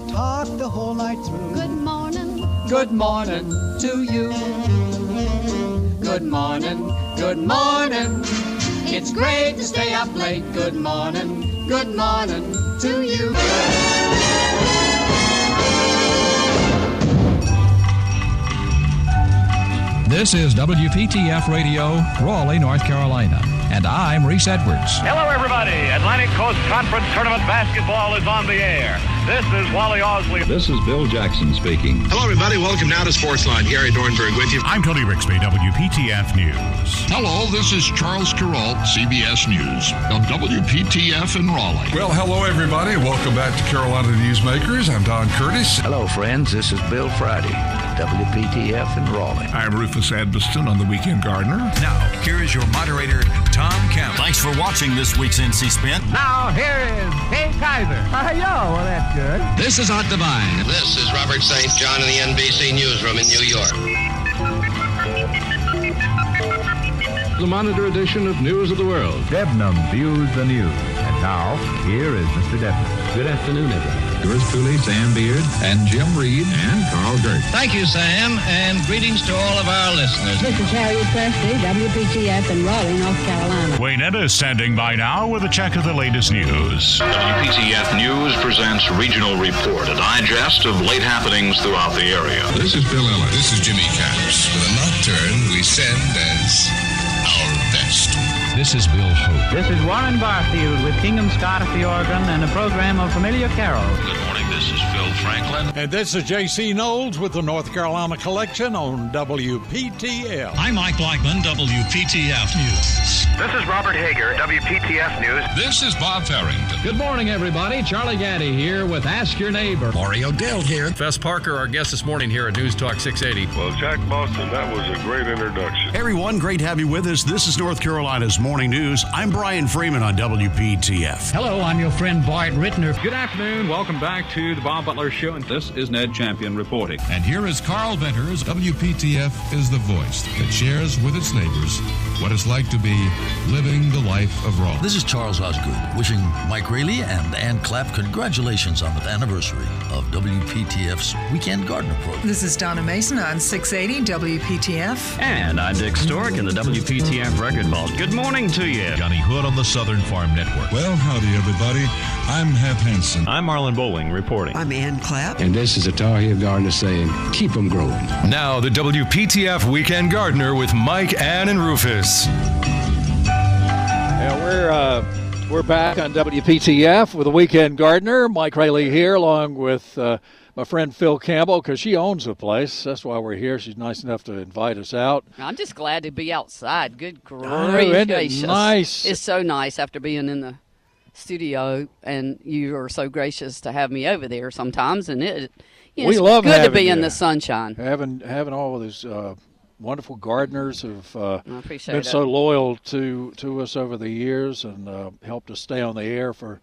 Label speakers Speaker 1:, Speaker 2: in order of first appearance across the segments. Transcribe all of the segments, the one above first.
Speaker 1: the whole night through.
Speaker 2: Good morning.
Speaker 1: Good morning to you. Good morning, good morning. It's great to stay up late. Good morning, good morning to you.
Speaker 3: This is WPTF Radio, Raleigh, North Carolina, and I'm Reese Edwards.
Speaker 4: Hello, everybody. Atlantic Coast Conference Tournament basketball is on the air. This is Wally Osley.
Speaker 5: This is Bill Jackson speaking.
Speaker 6: Hello, everybody. Welcome now to Sportsline. Gary Dornberg with you.
Speaker 7: I'm Tony Rixby, WPTF News.
Speaker 8: Hello, this is Charles Carroll, CBS News, on WPTF in Raleigh.
Speaker 9: Well, hello, everybody. Welcome back to Carolina Newsmakers. I'm Don Curtis.
Speaker 10: Hello, friends. This is Bill Friday, WPTF in Raleigh.
Speaker 11: I'm Rufus Adbiston on The Weekend Gardener.
Speaker 12: Now, here is your moderator, Tom Campbell.
Speaker 13: Thanks for watching this week's NC Spin.
Speaker 14: Now, here is Dave Kaiser.
Speaker 15: Hi, yo. Well, that's good.
Speaker 16: This is Art Devine.
Speaker 17: This is Robert St. John in the NBC newsroom in New York.
Speaker 18: The Monitor edition of News of the World.
Speaker 19: Debnam views the news. And now, here is Mr. Debnam.
Speaker 20: Good afternoon, everyone.
Speaker 5: Yours truly, Sam Beard and Jim Reed and Carl Gert.
Speaker 1: Thank you, Sam, and greetings to all of our listeners.
Speaker 7: This is Harriet Presley, WPTF in Raleigh, North Carolina. Waynetta is standing by now with a check of the latest news.
Speaker 21: WPTF News presents Regional Report, a digest of late happenings throughout the area.
Speaker 22: This is Bill Ellis.
Speaker 23: This is Jimmy Caps. With a nocturne, we send as our best.
Speaker 3: This is Bill Hope.
Speaker 24: This is Warren Barfield with Kingham Scott at the organ and a program of familiar carols.
Speaker 25: Good morning. This is Phil Franklin.
Speaker 26: And this is J.C. Knowles with the North Carolina Collection on WPTF.
Speaker 27: I'm Mike Blackman, WPTF News.
Speaker 28: This is Robert Hager, WPTF News.
Speaker 29: This is Bob Farrington.
Speaker 30: Good morning, everybody. Charlie Gaddy here with Ask Your Neighbor.
Speaker 31: Mario Dell here.
Speaker 32: Fess Parker, our guest this morning here at News Talk 680.
Speaker 33: Well, Jack Boston, that was a great introduction.
Speaker 34: Hey everyone, great to have you with us. This is North Carolina's Morning News. I'm Brian Freeman on WPTF.
Speaker 35: Hello, I'm your friend Bart Rittner.
Speaker 36: Good afternoon. Welcome back to the Bob Butler Show, and this is Ned Champion reporting.
Speaker 3: And here is Carl Venters. WPTF is the voice that shares with its neighbors what it's like to be living the life of Raw.
Speaker 37: This is Charles Osgood wishing Mike Rayleigh and Ann Clapp congratulations on the anniversary of WPTF's Weekend Gardener program.
Speaker 38: This is Donna Mason on 680 WPTF.
Speaker 39: And I'm Dick Stork in the WPTF Record Vault. Good morning morning to you.
Speaker 40: Johnny Hood on the Southern Farm Network.
Speaker 41: Well, howdy, everybody. I'm Hap Hansen.
Speaker 36: I'm Marlon Bowling reporting.
Speaker 42: I'm Ann Clapp.
Speaker 43: And this is a Tar Heel Gardener saying, keep them growing.
Speaker 3: Now, the WPTF Weekend Gardener with Mike, Ann, and Rufus.
Speaker 44: Yeah, we're, uh, we're back on WPTF with the Weekend Gardener. Mike Rayleigh here, along with. Uh, my friend Phil Campbell because she owns the place. That's why we're here. She's nice enough to invite us out.
Speaker 42: I'm just glad to be outside. Good grief!
Speaker 44: Oh, isn't it nice.
Speaker 42: It's so nice after being in the studio, and you are so gracious to have me over there sometimes. And it, you know,
Speaker 44: we
Speaker 42: it's
Speaker 44: love
Speaker 42: good to be
Speaker 44: you.
Speaker 42: in the sunshine.
Speaker 44: Having having all of these. Uh, wonderful gardeners who've uh, been
Speaker 42: it.
Speaker 44: so loyal to, to us over the years and uh, helped us stay on the air for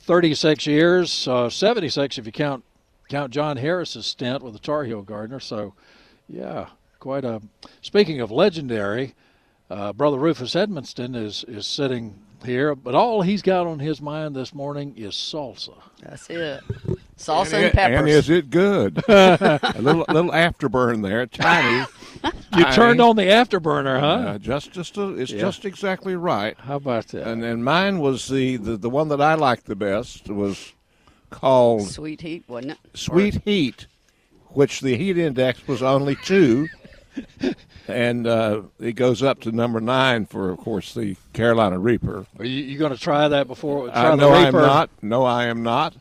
Speaker 44: 36 years, 76 if you count count John Harris's stint with the Tar Heel Gardener. So, yeah, quite a. Speaking of legendary, uh, brother Rufus Edmonston is is sitting here, but all he's got on his mind this morning is salsa.
Speaker 42: That's it. Salsa and, and peppers.
Speaker 45: And is it good? a little little afterburn there, tiny.
Speaker 44: you turned on the afterburner, huh?
Speaker 45: Uh, just just a, it's yeah. just exactly right.
Speaker 44: How about that?
Speaker 45: And and mine was the, the the one that I liked the best was called
Speaker 42: Sweet Heat, wasn't it?
Speaker 45: Sweet or, Heat, which the heat index was only two, and uh, it goes up to number nine for, of course, the Carolina Reaper.
Speaker 44: Are you, you going to try that before?
Speaker 45: Try I, no, I am not. No, I am not.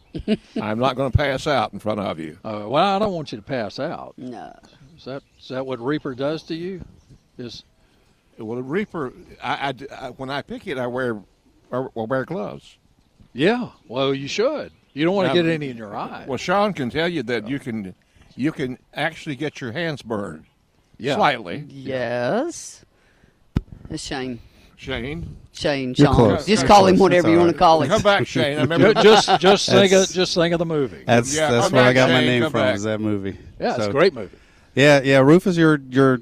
Speaker 45: I'm not going to pass out in front of you.
Speaker 44: Uh, well, I don't want you to pass out.
Speaker 42: No.
Speaker 44: Is that is that what Reaper does to you? Is
Speaker 45: well, a Reaper. I, I, I when I pick it, I wear I wear gloves.
Speaker 44: Yeah. Well, you should. You don't want now, to get any in your eye.
Speaker 45: Well, Sean can tell you that you can, you can actually get your hands burned, yeah. slightly.
Speaker 42: Yes. It's Shane.
Speaker 45: Shane.
Speaker 42: Shane. Sean. Just call him whatever you want to call him.
Speaker 45: Come back, Shane. I remember.
Speaker 44: just, just think, of, just think of the movie.
Speaker 46: That's
Speaker 44: yeah,
Speaker 46: that's
Speaker 45: where
Speaker 46: back, I got my
Speaker 45: Shane,
Speaker 46: name
Speaker 45: come
Speaker 46: from.
Speaker 45: back.
Speaker 46: Is that movie?
Speaker 44: Yeah, it's so, a great movie.
Speaker 46: Yeah, yeah. Rufus, you're you're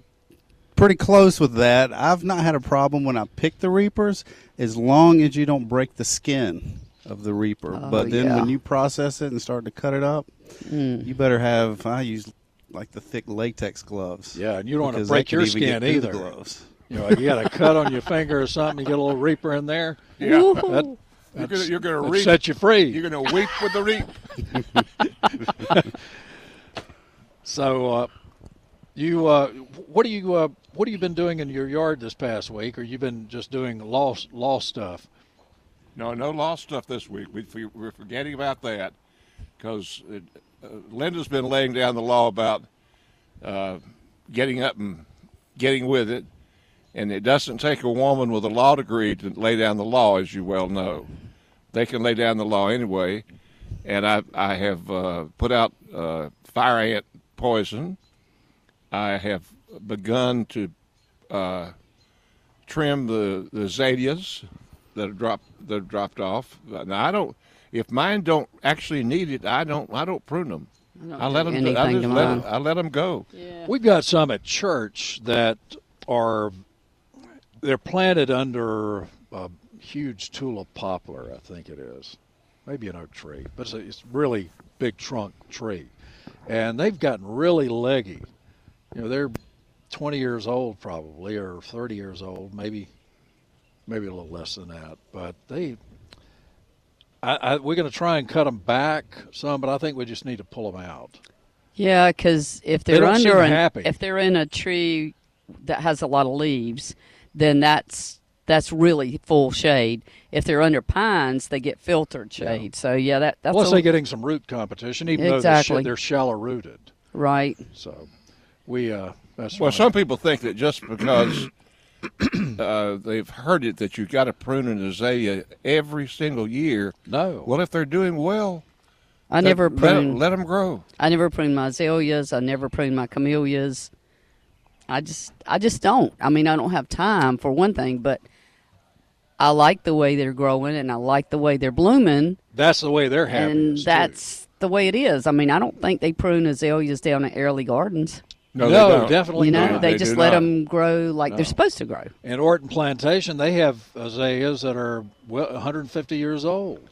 Speaker 46: pretty close with that. I've not had a problem when I pick the reapers, as long as you don't break the skin
Speaker 47: of the reaper. Oh, but then yeah. when you process it and start to cut it up, mm. you better have. I use like the thick latex gloves.
Speaker 44: Yeah, and you don't want to break your skin either.
Speaker 47: Gloves.
Speaker 44: You know, you got a cut on your finger or something. You get a little reaper in there.
Speaker 45: Yeah. That, you're gonna, you're gonna reap.
Speaker 44: set you free.
Speaker 45: You're gonna weep with the reap.
Speaker 44: so, uh, you uh, what do you uh, what have you been doing in your yard this past week, or you've been just doing law law stuff?
Speaker 45: No, no law stuff this week. We, are forgetting about that because uh, Linda's been laying down the law about uh, getting up and getting with it, and it doesn't take a woman with a law degree to lay down the law, as you well know. They can lay down the law anyway, and I I have uh, put out fire ant poison. I have begun to uh, trim the, the azaleas that are dropped that are dropped off. Now I don't. If mine don't actually need it, I don't. I don't prune them. I, don't I let them. I, let them I let them go.
Speaker 44: Yeah. We've got some at church that are they're planted under a huge tulip poplar. I think it is, maybe an oak tree, but it's a, it's really big trunk tree, and they've gotten really leggy you know they're 20 years old probably or 30 years old maybe maybe a little less than that but they I, I, we're going to try and cut them back some but i think we just need to pull them out
Speaker 42: yeah because if they're they under an, happy. if they're in a tree that has a lot of leaves then that's that's really full shade. If they're under pines, they get filtered shade. Yeah. So yeah, that that's
Speaker 44: plus a, they're getting some root competition, even exactly. though they're, they're shallow rooted.
Speaker 42: Right.
Speaker 44: So we uh, well
Speaker 45: right. some people think that just because uh, they've heard it that you've got to prune an azalea every single year
Speaker 44: no
Speaker 45: well if they're doing well
Speaker 42: i never prune
Speaker 45: let, let, them grow
Speaker 42: i never prune my azaleas i never prune my camellias i just i just don't i mean i don't have time for one thing but I like the way they're growing, and I like the way they're blooming.
Speaker 44: That's the way they're happy.
Speaker 42: And that's
Speaker 44: too.
Speaker 42: the way it is. I mean, I don't think they prune azaleas down at Early Gardens.
Speaker 44: No, no definitely
Speaker 42: you know,
Speaker 44: not.
Speaker 42: They, they just let not. them grow like no. they're supposed to grow.
Speaker 44: In Orton Plantation, they have azaleas that are well, 150 years old.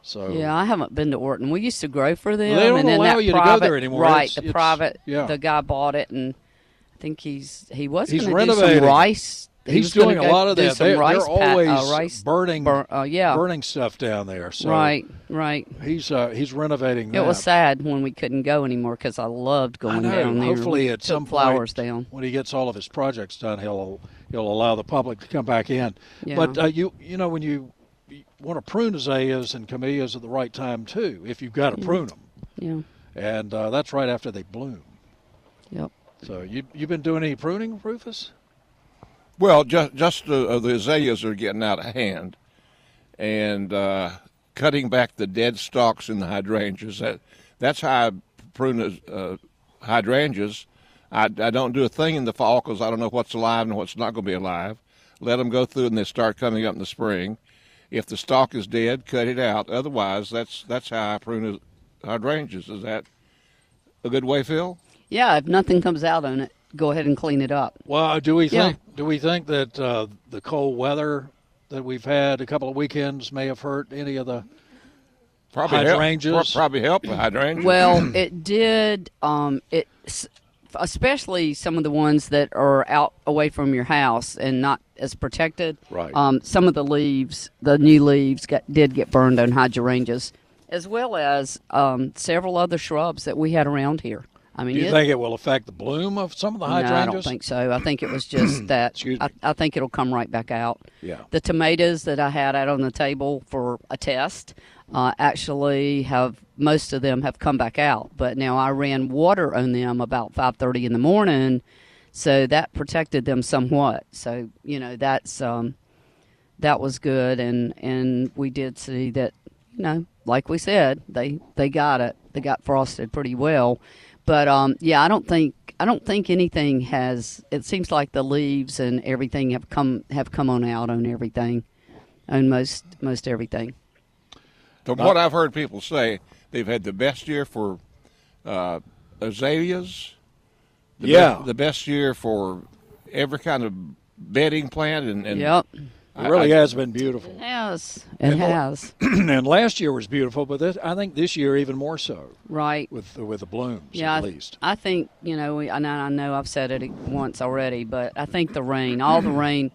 Speaker 44: So
Speaker 42: yeah, I haven't been to Orton. We used to grow for them. Well,
Speaker 44: Oh. they don't
Speaker 42: and then
Speaker 44: allow
Speaker 42: that
Speaker 44: you
Speaker 42: private,
Speaker 44: to go there anymore.
Speaker 42: Right,
Speaker 44: it's,
Speaker 42: the
Speaker 44: it's,
Speaker 42: private.
Speaker 44: Yeah.
Speaker 42: the guy bought it, and I think he's he was
Speaker 44: he's
Speaker 42: going to do some rice.
Speaker 44: He he's doing
Speaker 42: go
Speaker 44: a lot of
Speaker 42: that.
Speaker 44: They,
Speaker 42: rice
Speaker 44: they're always
Speaker 42: pat, uh, rice
Speaker 44: burning,
Speaker 42: bur- uh, yeah.
Speaker 44: burning stuff down there. So
Speaker 42: right, right.
Speaker 44: He's uh, he's renovating.
Speaker 42: It
Speaker 44: that.
Speaker 42: was sad when we couldn't go anymore because I loved going
Speaker 44: I
Speaker 42: down there.
Speaker 44: Hopefully,
Speaker 42: at
Speaker 44: some
Speaker 42: flowers
Speaker 44: point,
Speaker 42: down.
Speaker 44: when he gets all of his projects done, he'll he'll allow the public to come back in. Yeah. But uh, you you know when you, you want to prune azaleas and camellias at the right time too, if you've got to
Speaker 42: yeah.
Speaker 44: prune them.
Speaker 42: Yeah.
Speaker 44: And uh, that's right after they bloom.
Speaker 42: Yep.
Speaker 44: So you you've been doing any pruning, Rufus?
Speaker 45: Well, just just uh, the azaleas are getting out of hand, and uh, cutting back the dead stalks in the hydrangeas. That that's how I prune uh, hydrangeas. I, I don't do a thing in the fall because I don't know what's alive and what's not going to be alive. Let them go through and they start coming up in the spring. If the stalk is dead, cut it out. Otherwise, that's that's how I prune hydrangeas. Is that a good way, Phil?
Speaker 42: Yeah, if nothing comes out on it, go ahead and clean it up.
Speaker 44: Well, uh, do we think yeah. do we think that uh, the cold weather that we've had a couple of weekends may have hurt any of the
Speaker 45: probably
Speaker 44: hydrangeas?
Speaker 45: Help, probably help the hydrangeas.
Speaker 42: Well, it did. Um, it especially some of the ones that are out away from your house and not as protected.
Speaker 44: Right.
Speaker 42: Um, some of the leaves, the new leaves, got, did get burned on hydrangeas, as well as um, several other shrubs that we had around here. I mean,
Speaker 44: do you
Speaker 42: it,
Speaker 44: think it will affect the bloom of some of the hydrangeas?
Speaker 42: No, I don't think so. I think it was just that. I, I, think it'll come right back out.
Speaker 44: Yeah.
Speaker 42: The tomatoes that I had out on the table for a test uh, actually have most of them have come back out, but now I ran water on them about five thirty in the morning, so that protected them somewhat. So you know that's um, that was good, and and we did see that you know like we said they they got it they got frosted pretty well but um, yeah, I don't think I don't think anything has. It seems like the leaves and everything have come have come on out on everything, on most most everything.
Speaker 45: From what I've heard people say, they've had the best year for uh, azaleas. The
Speaker 44: yeah,
Speaker 45: be- the best year for every kind of bedding plant and, and
Speaker 42: yep.
Speaker 44: It really I, has been beautiful. It
Speaker 42: has. It and has.
Speaker 44: and last year was beautiful, but this, I think this year even more so.
Speaker 42: Right.
Speaker 44: With with the blooms, yeah, at least.
Speaker 42: I, I think, you know, and I know I've said it once already, but I think the rain, all the rain,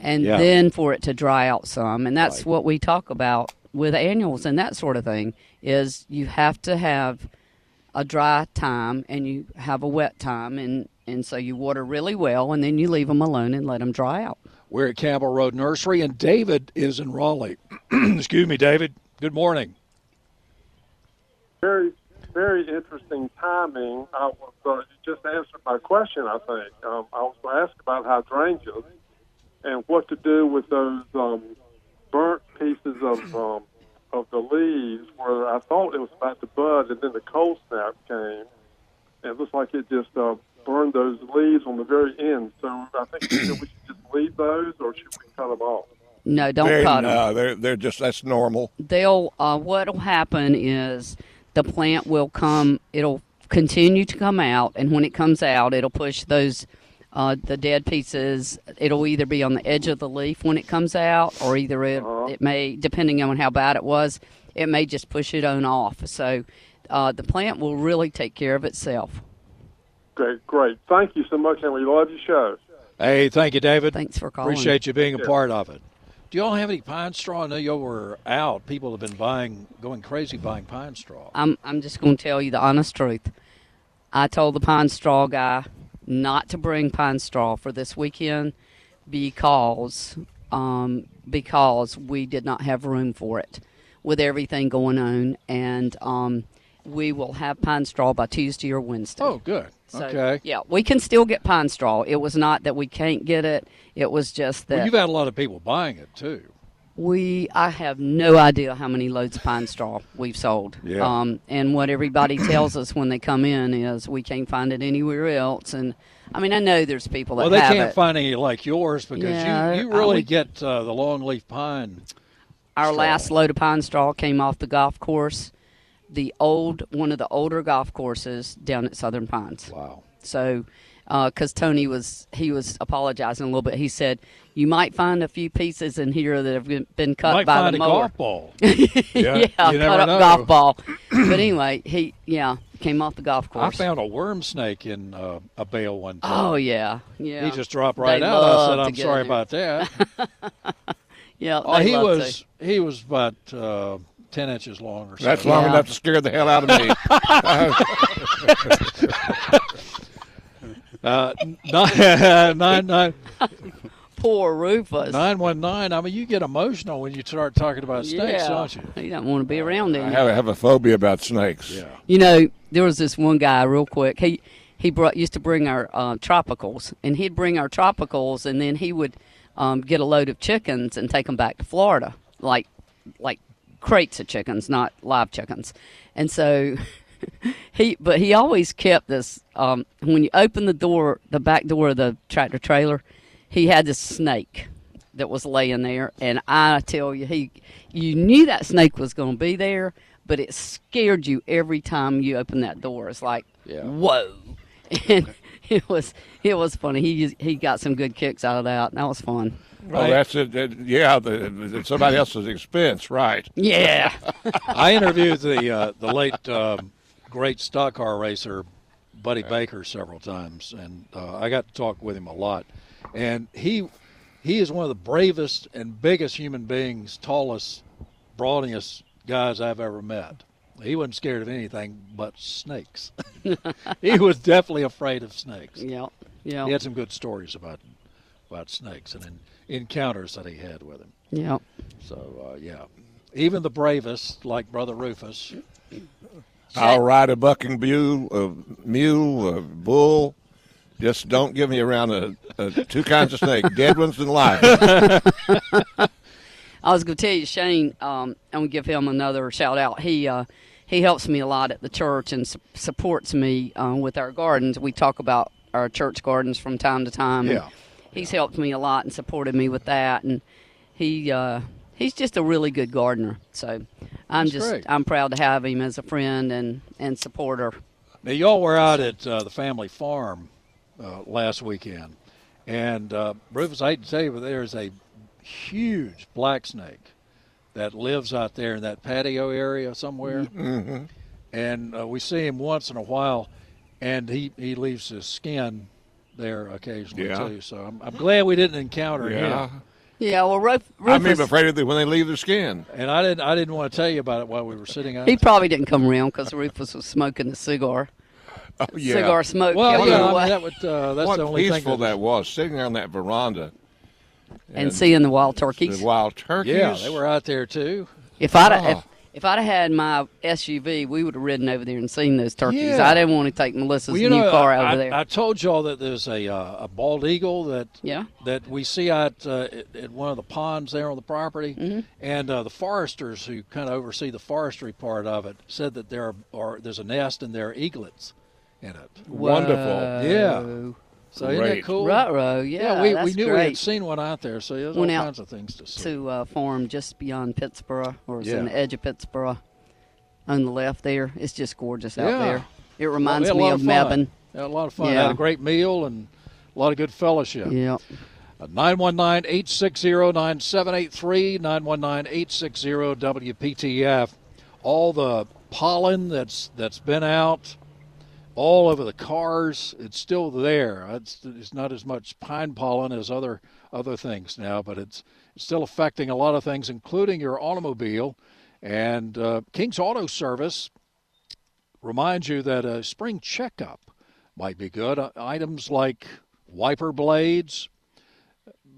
Speaker 42: and yeah. then for it to dry out some. And that's right. what we talk about with annuals and that sort of thing is you have to have a dry time and you have a wet time and, and so you water really well and then you leave them alone and let them dry out.
Speaker 44: We're at Campbell Road Nursery, and David is in Raleigh. Excuse me, David. Good morning.
Speaker 1: Very, very interesting timing. I was, uh, you just answered my question, I think. Um, I was going to ask about hydrangeas and what to do with those um, burnt pieces of um, of the leaves where I thought it was about to bud, and then the cold snap came. And it looks like it just uh, burned those leaves on the very end. So I think you know, we should just leave those, or should we cut them off?
Speaker 42: No, don't
Speaker 3: they're,
Speaker 42: cut them.
Speaker 3: No, they're they're just that's normal.
Speaker 42: They'll uh, what'll happen is the plant will come. It'll continue to come out, and when it comes out, it'll push those. Uh, the dead pieces, it'll either be on the edge of the leaf when it comes out, or either it, uh-huh. it may, depending on how bad it was, it may just push it on off. So uh, the plant will really take care of itself.
Speaker 1: Great, great. Thank you so much, and we love your show.
Speaker 44: Hey, thank you, David.
Speaker 42: Thanks for calling.
Speaker 44: Appreciate you being a part of it. Do y'all have any pine straw? I know y'all were out. People have been buying, going crazy buying pine straw.
Speaker 42: I'm, I'm just going to tell you the honest truth. I told the pine straw guy not to bring pine straw for this weekend because um, because we did not have room for it with everything going on, and um, we will have pine straw by Tuesday or Wednesday.
Speaker 44: Oh, good. So, okay.
Speaker 42: Yeah, we can still get pine straw. It was not that we can't get it. It was just that
Speaker 44: well, you've had a lot of people buying it too.
Speaker 42: We, I have no idea how many loads of pine straw we've sold.
Speaker 44: Yeah. Um,
Speaker 42: and what everybody tells us when they come in is we can't find it anywhere else. And I mean, I know there's people that
Speaker 44: well, they
Speaker 42: have
Speaker 44: can't
Speaker 42: it.
Speaker 44: find any like yours because yeah, you, you really would, get uh, the longleaf pine.
Speaker 42: Our
Speaker 44: straw.
Speaker 42: last load of pine straw came off the golf course the old one of the older golf courses down at Southern Pines.
Speaker 44: Wow.
Speaker 42: So, because uh, Tony was he was apologizing a little bit. He said you might find a few pieces in here that have been cut
Speaker 44: might
Speaker 42: Uh, by
Speaker 44: find
Speaker 42: the
Speaker 44: a
Speaker 42: mower.
Speaker 44: golf ball.
Speaker 42: yeah, yeah cut up
Speaker 44: know.
Speaker 42: golf ball. but anyway, he yeah came off the golf course.
Speaker 44: I found a worm snake in uh, a bale one time.
Speaker 42: Oh yeah, yeah.
Speaker 44: He just dropped right
Speaker 42: they
Speaker 44: out. I said, "I'm
Speaker 42: to
Speaker 44: sorry
Speaker 42: in
Speaker 44: about that."
Speaker 42: yeah.
Speaker 44: Oh, he
Speaker 42: love
Speaker 44: was
Speaker 42: to.
Speaker 44: he was about. Uh, 10 inches long or so.
Speaker 3: That's long
Speaker 42: Yeah.
Speaker 3: enough to scare the hell out of me.
Speaker 44: Uh, nine, nine, nine,
Speaker 42: Poor Rufus.
Speaker 44: 919, I mean, you get emotional when you start talking about snakes,
Speaker 42: yeah.
Speaker 44: don't you?
Speaker 42: He don't want to be around
Speaker 3: I
Speaker 42: him.
Speaker 3: have, I have a phobia about snakes.
Speaker 44: Yeah.
Speaker 42: You know, there was this one guy. Real quick, he he brought used to bring our uh, tropicals, and he'd bring our tropicals, and then he would um, get a load of chickens and take them back to Florida, like like crates of chickens, not live chickens. And so he, but he always kept this. Um, when you open the door, the back door of the tractor trailer, he had this snake that was laying there, and I tell you, he, you knew that snake was going to be there, but it scared you every time you opened that door. It's like,
Speaker 44: Yeah.
Speaker 42: whoa, and it was it was funny. He he got some good kicks out of that. and That was fun.
Speaker 44: Right.
Speaker 3: Oh, that's it. it- yeah, the, at somebody else's expense, right?
Speaker 42: Yeah.
Speaker 44: I interviewed the uh, the late um, great stock car racer Buddy Baker several times, and uh, I got to talk with him a lot. And he he is one of the bravest and biggest human beings, tallest, brawniest guys I've ever met. He wasn't scared of anything but snakes. he was definitely afraid of snakes.
Speaker 42: Yeah. Yeah.
Speaker 44: He had some good stories about about snakes and en- encounters that he had with him.
Speaker 42: Yeah.
Speaker 44: So uh, yeah, even the bravest, like Brother Rufus,
Speaker 3: I'll ride a bucking mule, a mule, a bull. Just don't give me around a, a two kinds of snake, dead ones and live. ones.
Speaker 42: I was going to tell you, Shane. Um, I'm going to give him another shout out. He uh, he helps me a lot at the church and su- supports me uh, with our gardens. We talk about our church gardens from time to time. and
Speaker 44: Yeah.
Speaker 42: he's helped me a lot and supported me with that. And he uh, he's just a really good gardener. So I'm
Speaker 44: That's
Speaker 42: just
Speaker 44: great.
Speaker 42: I'm proud to have him as a friend and and supporter.
Speaker 44: Now, y'all were out at uh, the family farm uh, last weekend, and uh, Rufus, I hate to tell you, but there's a huge black snake that lives out there in that patio area somewhere.
Speaker 3: Mm-hmm.
Speaker 44: And uh, we see him once in a while, and he, he leaves his skin there occasionally
Speaker 3: yeah.
Speaker 44: too. So I'm, I'm glad we didn't encounter
Speaker 3: yeah.
Speaker 44: him.
Speaker 42: Yeah, well, Ruf- Rufus.
Speaker 3: I'm even afraid of the, when they leave their skin.
Speaker 44: And I didn't. I didn't want to tell you about it while we were sitting out.
Speaker 42: He probably didn't come around because Rufus was smoking the cigar.
Speaker 3: Oh, yeah.
Speaker 42: Cigar smoke.
Speaker 44: Well,
Speaker 42: kept him
Speaker 44: yeah, I
Speaker 42: away.
Speaker 44: mean, that would, uh, that's
Speaker 3: what
Speaker 44: the only
Speaker 3: peaceful
Speaker 44: thing.
Speaker 3: that was sitting there on that veranda.
Speaker 42: and, seeing the wild turkeys.
Speaker 3: The wild turkeys.
Speaker 44: yeah, they were out there too.
Speaker 42: If I'd
Speaker 3: Ah.
Speaker 44: Oh.
Speaker 42: if, if I'd have had my SUV, we would have ridden over there and seen those turkeys.
Speaker 44: Yeah.
Speaker 42: I didn't want to take Melissa's
Speaker 44: Well, you
Speaker 42: new
Speaker 44: know,
Speaker 42: car
Speaker 44: I,
Speaker 42: over
Speaker 44: I-
Speaker 42: there.
Speaker 44: I told y'all that there's a uh, a bald eagle that
Speaker 42: Yeah.
Speaker 44: that we see out uh, at, at one of the ponds there on the property,
Speaker 42: Mm-hmm.
Speaker 44: and uh, the foresters who kind of oversee the forestry part of it said that there are, are there's a nest and there are eaglets in it.
Speaker 3: Wonderful.
Speaker 44: Yeah. So isn't that
Speaker 3: Great.
Speaker 44: cool?
Speaker 42: Ruh-roh, yeah,
Speaker 44: we, we
Speaker 42: that's
Speaker 44: knew we
Speaker 42: great.
Speaker 44: had seen one out there, so there's
Speaker 42: Went
Speaker 44: all
Speaker 42: out
Speaker 44: kinds of things to see.
Speaker 42: to uh, farm just beyond Pittsburgh, or it's in
Speaker 44: Yeah.
Speaker 42: the edge of Pittsburgh, on the left there. It's just gorgeous
Speaker 44: Yeah.
Speaker 42: out there. It
Speaker 44: Well, we
Speaker 42: reminds
Speaker 44: had a
Speaker 42: me
Speaker 44: lot
Speaker 42: of
Speaker 44: fun.
Speaker 42: Mebane.
Speaker 44: Had a lot of fun.
Speaker 42: Yeah.
Speaker 44: Had a great meal and a lot of good fellowship.
Speaker 42: Yeah.
Speaker 44: 919 860 9783, 919 860 WPTF. All the pollen that's that's been out all over the cars, it's still there. It's, it's not as much pine pollen as other other things now, but it's, it's still affecting a lot of things, including your automobile. And uh, King's Auto Service reminds you that a spring checkup might be good. Uh, items like wiper blades,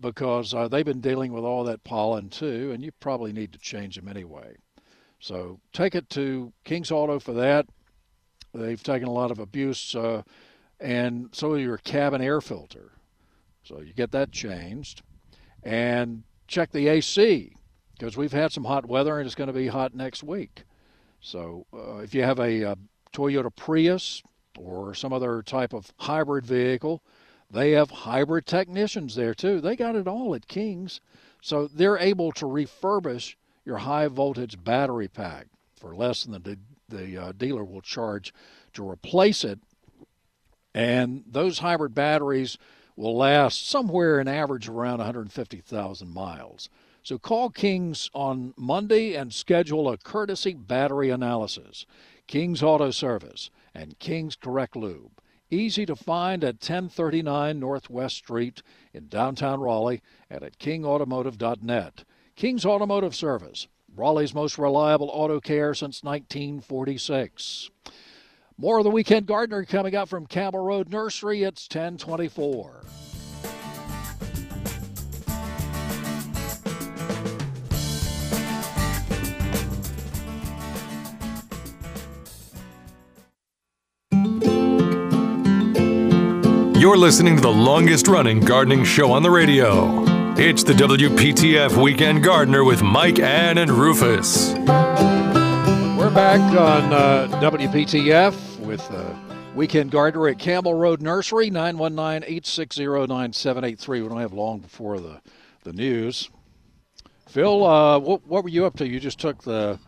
Speaker 44: because uh, they've been dealing with all that pollen too, and you probably need to change them anyway. So take it to King's Auto for that. They've taken a lot of abuse, uh, and so your cabin air filter. So you get that changed, and check the AC because we've had some hot weather and it's going to be hot next week. So uh, if you have a uh, Toyota Prius or some other type of hybrid vehicle, they have hybrid technicians there too. They got it all at King's. So they're able to refurbish your high voltage battery pack for less than the, the uh, dealer will charge to replace it. And those hybrid batteries will last somewhere an average of around 150,000 miles. So call Kings on Monday and schedule a courtesy battery analysis. Kings Auto Service and Kings Correct Lube. Easy to find at 1039 Northwest Street in downtown Raleigh and at kingautomotive.net. Kings Automotive Service, Raleigh's most reliable auto care since 1946. More of the Weekend Gardener coming up from Campbell Road Nursery. It's 1024.
Speaker 2: You're listening to the longest running gardening show on the radio. It's the WPTF Weekend Gardener with Mike, Ann, and Rufus.
Speaker 3: Oh,
Speaker 44: We're back on uh, WPTF with uh, Weekend Gardener at Campbell Road Nursery, 919 860 9783. We don't have long before the, the news. Phil, uh, what, what were you up to? You just took the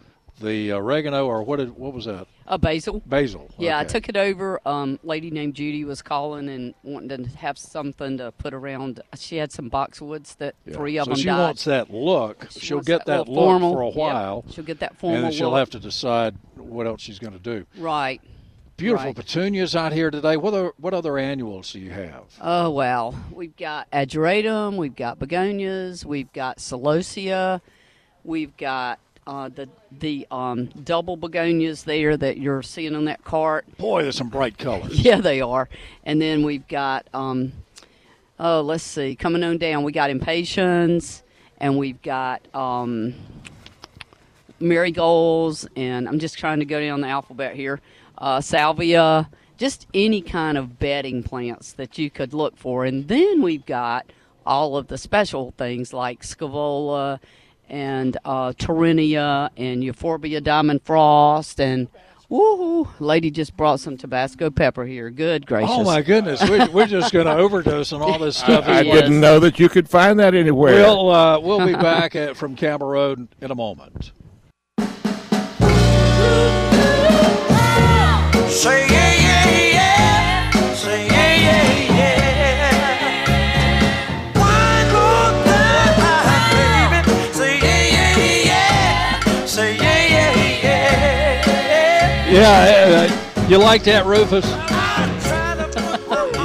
Speaker 44: the uh, oregano, or what did, what was that?
Speaker 42: A basil.
Speaker 44: Basil.
Speaker 42: Yeah, I
Speaker 44: Okay.
Speaker 42: took it over. Um, lady named Judy was calling and wanting to have something to put around. She had some boxwoods that
Speaker 44: Yeah.
Speaker 42: three of
Speaker 44: so
Speaker 42: them
Speaker 44: she
Speaker 42: died.
Speaker 44: wants that look.
Speaker 42: She
Speaker 44: she'll
Speaker 42: wants
Speaker 44: get
Speaker 42: that
Speaker 44: that,
Speaker 42: little
Speaker 44: look
Speaker 42: formal-
Speaker 44: for a
Speaker 42: yep.
Speaker 44: while.
Speaker 42: She'll get that
Speaker 44: And
Speaker 42: formal
Speaker 44: then she'll
Speaker 42: look.
Speaker 44: have to decide what else she's going to do.
Speaker 42: right.
Speaker 44: Beautiful
Speaker 42: Right.
Speaker 44: petunias out here today. What other, what other annuals do you have?
Speaker 42: Oh well, we've got ageratum, we've got begonias, we've got celosia, we've got uh, the the um, double begonias there that you're seeing on that cart.
Speaker 44: Boy, there's some bright colors.
Speaker 42: Yeah, they are. And then we've got, um, oh, let's see, coming on down, we got impatiens, and we've got um, marigolds, and I'm just trying to go down the alphabet here. Uh, salvia, just any kind of bedding plants that you could look for. And then we've got all of the special things like scavola and uh, terenia and euphorbia diamond frost and Woo! Lady just brought some Tabasco pepper here. Good gracious!
Speaker 44: Oh my goodness, we're, we're just going to overdose on all this stuff.
Speaker 3: I
Speaker 42: Yes.
Speaker 3: didn't know that you could find that anywhere.
Speaker 44: We'll uh, we'll be back at, from Campbell Road in a moment.
Speaker 4: Say yeah, yeah, yeah. Say yeah, yeah, yeah. Why could that happen?
Speaker 44: yeah, uh, you like that, Rufus?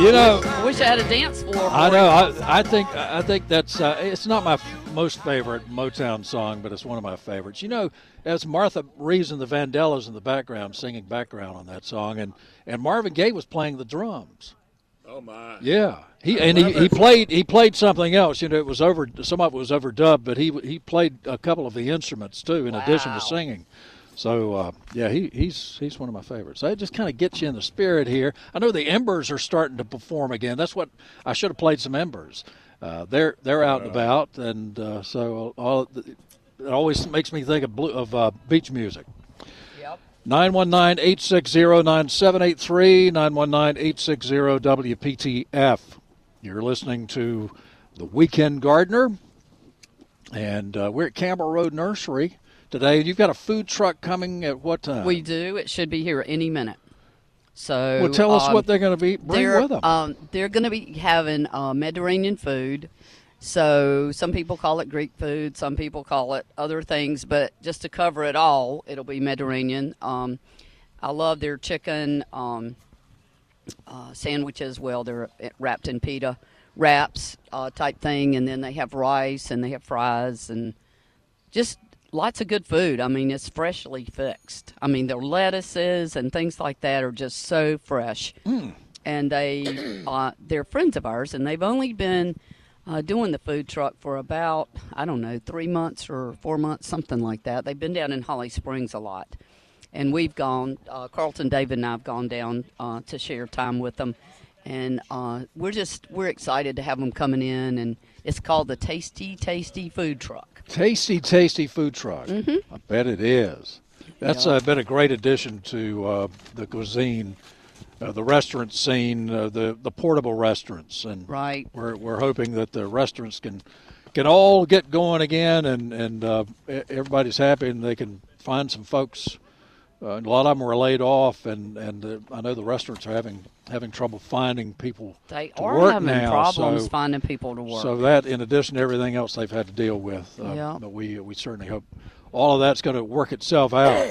Speaker 44: you know,
Speaker 42: I wish I had a dance floor. For
Speaker 44: I know. I, I think I think that's uh, it's not my f- most favorite Motown song, but it's one of my favorites. You know, as Martha Reeves and the Vandellas in the background singing background on that song, and and Marvin Gaye was playing the drums.
Speaker 3: Oh my!
Speaker 44: Yeah, he and he, he played he played something else. You know, it was over. Some of it was overdubbed, but he he played a couple of the instruments too, in wow. addition to singing. So uh, yeah, he, he's he's one of my favorites. That just kind of gets you in the spirit here. I know the Embers are starting to perform again. That's what I should have played some Embers. Uh, they're they're out and about, and uh, so all, it always makes me think of blue, of uh, beach music. 919-860-9783, 919-860-WPTF. You're listening to The Weekend Gardener, and uh, we're at Campbell Road Nursery today. You've got a food truck coming at what time?
Speaker 42: We do. It should be here any minute. So,
Speaker 44: well, tell us um, what they're going to be bring with them.
Speaker 42: Um, they're going to be having uh, Mediterranean food. So some people call it Greek food, some people call it other things, but just to cover it all, it'll be Mediterranean. Um, I love their chicken um, uh, sandwiches. Well, they're eh, wrapped in pita wraps uh, type thing, and then they have rice and they have fries and just lots of good food. I mean, it's freshly fixed. I mean, their lettuces and things like that are just so fresh. Mm. And they uh, they're friends of ours, and they've only been uh, doing the food truck for about I don't know three months or four months, something like that. They've been down in Holly Springs a lot, and we've gone. Uh, Carlton, David, and I've gone down uh, to share time with them, and uh, we're just we're excited to have them coming in and. It's called the Tasty Tasty Food Truck.
Speaker 44: Tasty Tasty Food Truck.
Speaker 42: Mm-hmm.
Speaker 44: I bet it is. That's yeah. uh, been a great addition to uh, the cuisine, uh, the restaurant scene, uh, the the portable restaurants, and
Speaker 42: right.
Speaker 44: We're we're hoping that the restaurants can can all get going again, and and everybody's happy, and they can find some folks. uh, a lot of them were laid off, and and I know the restaurants are having having trouble finding people.
Speaker 42: They
Speaker 44: to
Speaker 42: are
Speaker 44: work
Speaker 42: having
Speaker 44: now,
Speaker 42: problems
Speaker 44: so,
Speaker 42: finding people to work.
Speaker 44: So that, in addition to everything else they've had to deal with, uh,
Speaker 42: yeah.
Speaker 44: but we we certainly hope all of that's going to work itself out.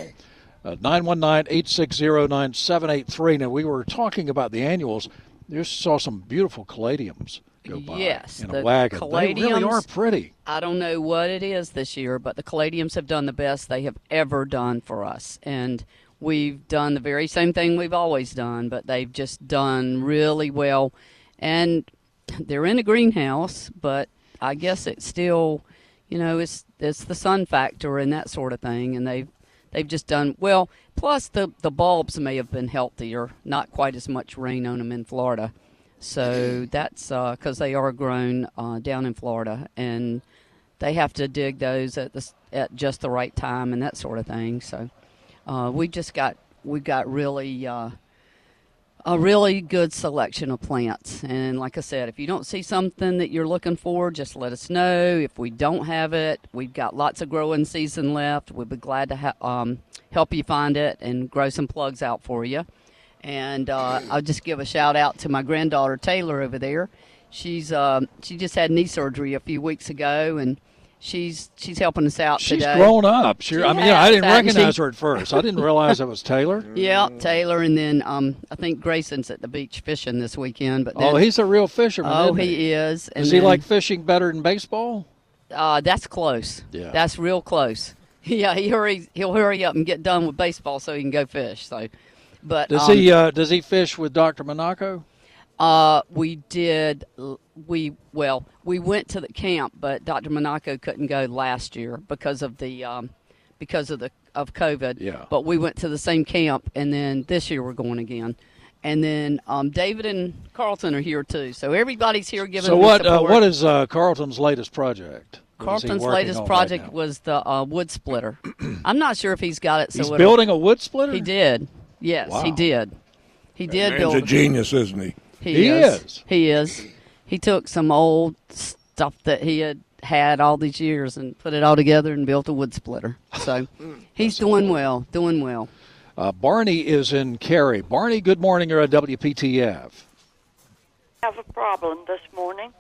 Speaker 44: Uh, Nine one nine eight six zero nine seven eight three. Now we were talking about the annuals. You saw some beautiful caladiums go by
Speaker 42: yes,
Speaker 44: in a wagon. They really are pretty.
Speaker 42: I don't know what it is this year, but the caladiums have done the best they have ever done for us, and we've done the very same thing we've always done, but they've just done really well. And they're in a greenhouse, but I guess it's still, you know, it's it's the sun factor and that sort of thing. And they've they've just done well. Plus the the bulbs may have been healthier, not quite as much rain on them in Florida. So that's because uh, they are grown uh, down in Florida, and they have to dig those at the at just the right time and that sort of thing. So. Uh, we just got we got really uh, a really good selection of plants and like i said if you don't see something that you're looking for just let us know if we don't have it we've got lots of growing season left we'd be glad to ha- um, help you find it and grow some plugs out for you and uh, i'll just give a shout out to my granddaughter taylor over there she's um, she just had knee surgery a few weeks ago and she's she's helping us out
Speaker 44: she's
Speaker 42: today.
Speaker 44: grown up she, she i mean yeah, i didn't recognize she? her at first i didn't realize it was taylor
Speaker 42: yeah
Speaker 44: Mm.
Speaker 42: taylor and then um, i think grayson's at the beach fishing this weekend but then,
Speaker 44: oh he's a real fisherman
Speaker 42: oh
Speaker 44: he,
Speaker 42: he, is
Speaker 44: and does then, he like fishing better than baseball
Speaker 42: uh, that's close
Speaker 44: yeah
Speaker 42: that's real close yeah he hurries he'll hurry up and get done with baseball so he can go fish so but
Speaker 44: does
Speaker 42: um,
Speaker 44: he uh, does he fish with dr monaco
Speaker 42: uh, we did. We well, we went to the camp, but Dr. Monaco couldn't go last year because of the um, because of the of COVID.
Speaker 44: Yeah.
Speaker 42: But we went to the same camp, and then this year we're going again. And then um, David and Carlton are here too, so everybody's here giving.
Speaker 44: So what?
Speaker 42: Support.
Speaker 44: Uh, what is uh, Carlton's latest project?
Speaker 42: Carlton's latest project
Speaker 44: right
Speaker 42: was the uh, wood splitter. I'm not sure if he's got it. So
Speaker 44: he's building a wood splitter.
Speaker 42: He did. Yes,
Speaker 44: wow.
Speaker 42: he did. He did
Speaker 3: He's
Speaker 42: build.
Speaker 3: a genius, isn't he?
Speaker 42: He,
Speaker 44: he
Speaker 42: is.
Speaker 44: is.
Speaker 42: He is. He took some old stuff that he had had all these years and put it all together and built a wood splitter. So
Speaker 6: Mm.
Speaker 42: he's doing cool. well, doing well.
Speaker 44: Uh, Barney is in Cary. Barney, good morning. You're on WPTF.
Speaker 45: I have a problem this morning.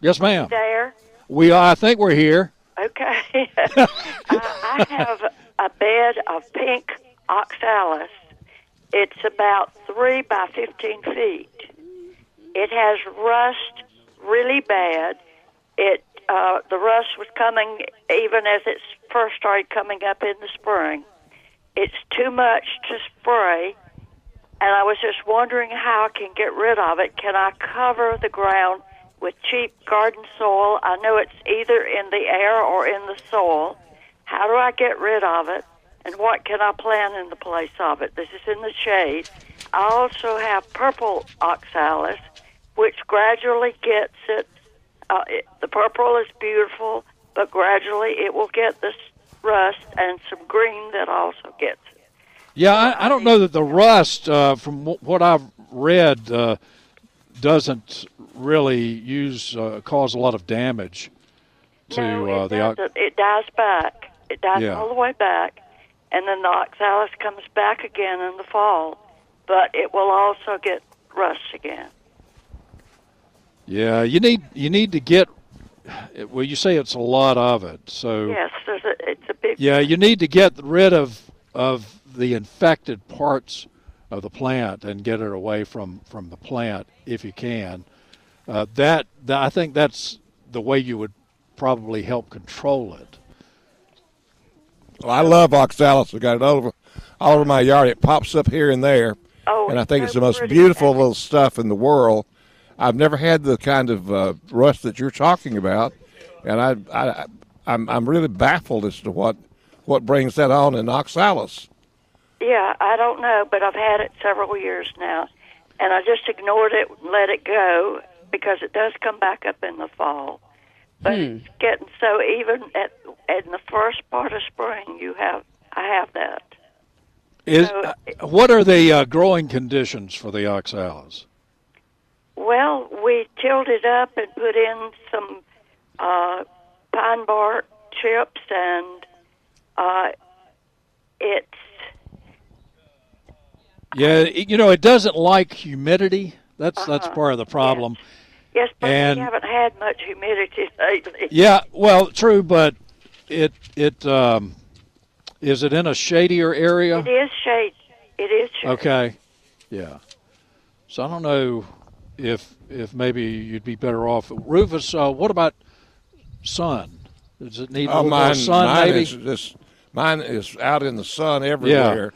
Speaker 44: Yes, ma'am.
Speaker 45: There.
Speaker 44: We are. I think we're here.
Speaker 45: Uh, Okay. I, I have a bed of pink oxalis. It's about three by 15 feet. It has rust really bad. It uh, the rust was coming even as it first started coming up in the spring. It's too much to spray, and I was just wondering how I can get rid of it. Can I cover the ground with cheap garden soil? I know it's either in the air or in the soil. How do I get rid of it? And what can I plant in the place of it? This is in the shade. I also have purple oxalis, which gradually gets it uh, it, the purple is beautiful, but gradually it will get this rust and some green that also gets it.
Speaker 44: Yeah, I, I don't know that the rust, uh, from w- what I've read, uh, doesn't really use uh, cause a lot of damage to uh,
Speaker 45: no, it
Speaker 44: the ox-
Speaker 45: It dies back. It dies
Speaker 44: Yeah.
Speaker 45: all the way back, and then the oxalis comes back again in the fall, but it will also get rust again.
Speaker 44: Yeah, you need you need to get. Well, you say it's a lot of it, so
Speaker 45: Yes, there's a, it's a big
Speaker 44: yeah, you need to get rid of of the infected parts of the plant and get it away from from the plant if you can. Uh, that, that I think that's the way you would probably help control it.
Speaker 3: Well, I love oxalis. I got it all over, all over my yard. It pops up here and there,
Speaker 45: Oh,
Speaker 3: and I
Speaker 45: it's
Speaker 3: think
Speaker 45: so
Speaker 3: it's the most
Speaker 45: pretty.
Speaker 3: beautiful little stuff in the world. I've never had the kind of uh, rust that you're talking about, and I, I, I'm, I'm really baffled as to what, what brings that on in oxalis.
Speaker 45: Yeah, I don't know, but I've had it several years now, and I just ignored it and let it go because it does come back up in the fall. But
Speaker 44: Hmm.
Speaker 45: it's getting so even at in the first part of spring, you have I have that.
Speaker 44: Is
Speaker 45: So-
Speaker 44: uh, what are the uh, growing conditions for the oxalis?
Speaker 45: Well, we tilled it up and put in some uh, pine bark chips, and uh, it's
Speaker 44: Yeah, it- you know it doesn't like humidity. That's that's
Speaker 45: Uh-huh.
Speaker 44: part of the problem.
Speaker 45: yes, but
Speaker 44: And-
Speaker 45: we haven't had much humidity lately.
Speaker 44: Yeah, well, true, but it it um, is it in a shadier area?
Speaker 45: It is shade. It is shade.
Speaker 44: Okay, yeah. So I don't know if if maybe you'd be better off. Rufus, uh, what about sun? Does it need a little more sun?
Speaker 3: Oh, mine
Speaker 44: maybe
Speaker 3: is just, mine is out in the sun everywhere.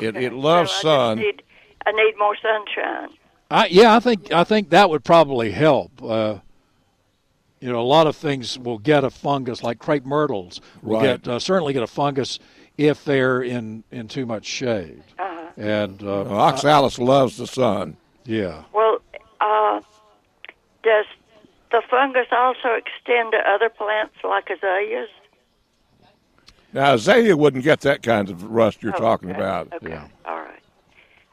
Speaker 3: It, it loves
Speaker 45: so I
Speaker 3: sun.
Speaker 45: just need, I need more sunshine.
Speaker 44: I, yeah, I think I think that would probably help. Uh, you know, a lot of things will get a fungus, like crepe myrtles. Will
Speaker 3: Right.
Speaker 44: get uh, certainly get a fungus if they're in in too much shade. And uh,
Speaker 3: oxalis loves the sun.
Speaker 44: Yeah.
Speaker 45: Well, uh, does the fungus also extend to other plants like azaleas?
Speaker 3: Now azalea wouldn't get that kind of rust you're talking about.
Speaker 45: Yeah. All right.